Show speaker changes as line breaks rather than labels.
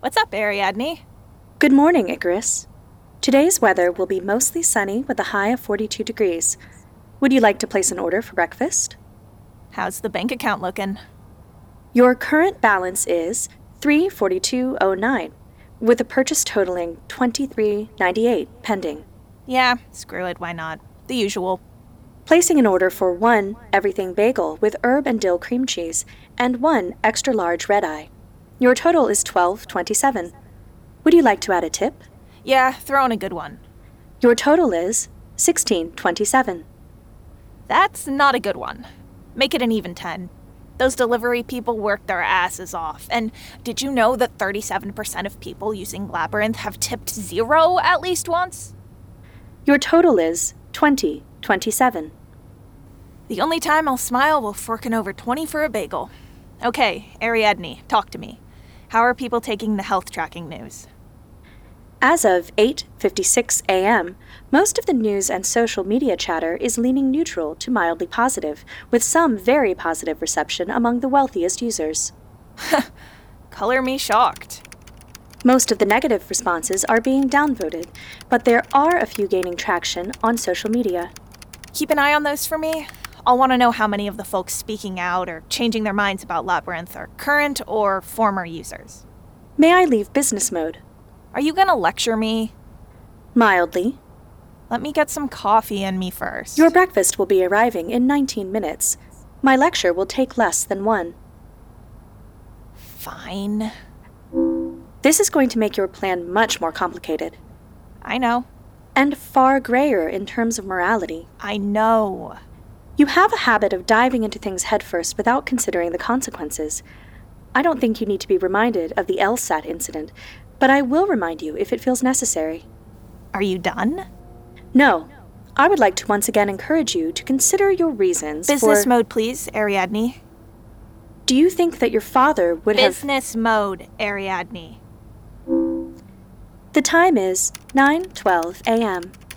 What's up, Ariadne?
Good morning, Icarus. Today's weather will be mostly sunny with a high of 42 degrees. Would you like to place an order for breakfast?
How's the bank account looking?
Your current balance is 34209 with a purchase totaling 2398 pending.
Yeah, screw it, why not? The usual.
Placing an order for one everything bagel with herb and dill cream cheese and one extra large red eye. Your total is 1227. Would you like to add a tip?
Yeah, throw in a good one.
Your total is 1627.
That's not a good one. Make it an even 10. Those delivery people work their asses off. And did you know that 37% of people using Labyrinth have tipped zero at least once?
Your total is 2027.
The only time I'll smile while forking over 20 for a bagel. Okay, Ariadne, talk to me. How are people taking the health tracking news?
As of 8:56 a.m., most of the news and social media chatter is leaning neutral to mildly positive, with some very positive reception among the wealthiest users.
Color me shocked.
Most of the negative responses are being downvoted, but there are a few gaining traction on social media.
Keep an eye on those for me. I'll want to know how many of the folks speaking out or changing their minds about Labyrinth are current or former users.
May I leave business mode?
Are you going to lecture me?
Mildly.
Let me get some coffee in me first.
Your breakfast will be arriving in 19 minutes. My lecture will take less than one.
Fine.
This is going to make your plan much more complicated
I know.
and far grayer in terms of morality.
I know.
You have a habit of diving into things headfirst without considering the consequences. I don't think you need to be reminded of the LSAT incident, but I will remind you if it feels necessary.
Are you done?
No, I would like to once again encourage you to consider your reasons.
Business
for,
mode, please, Ariadne.
Do you think that your father would have?
Business mode, Ariadne.
The time is 9:12 a.m.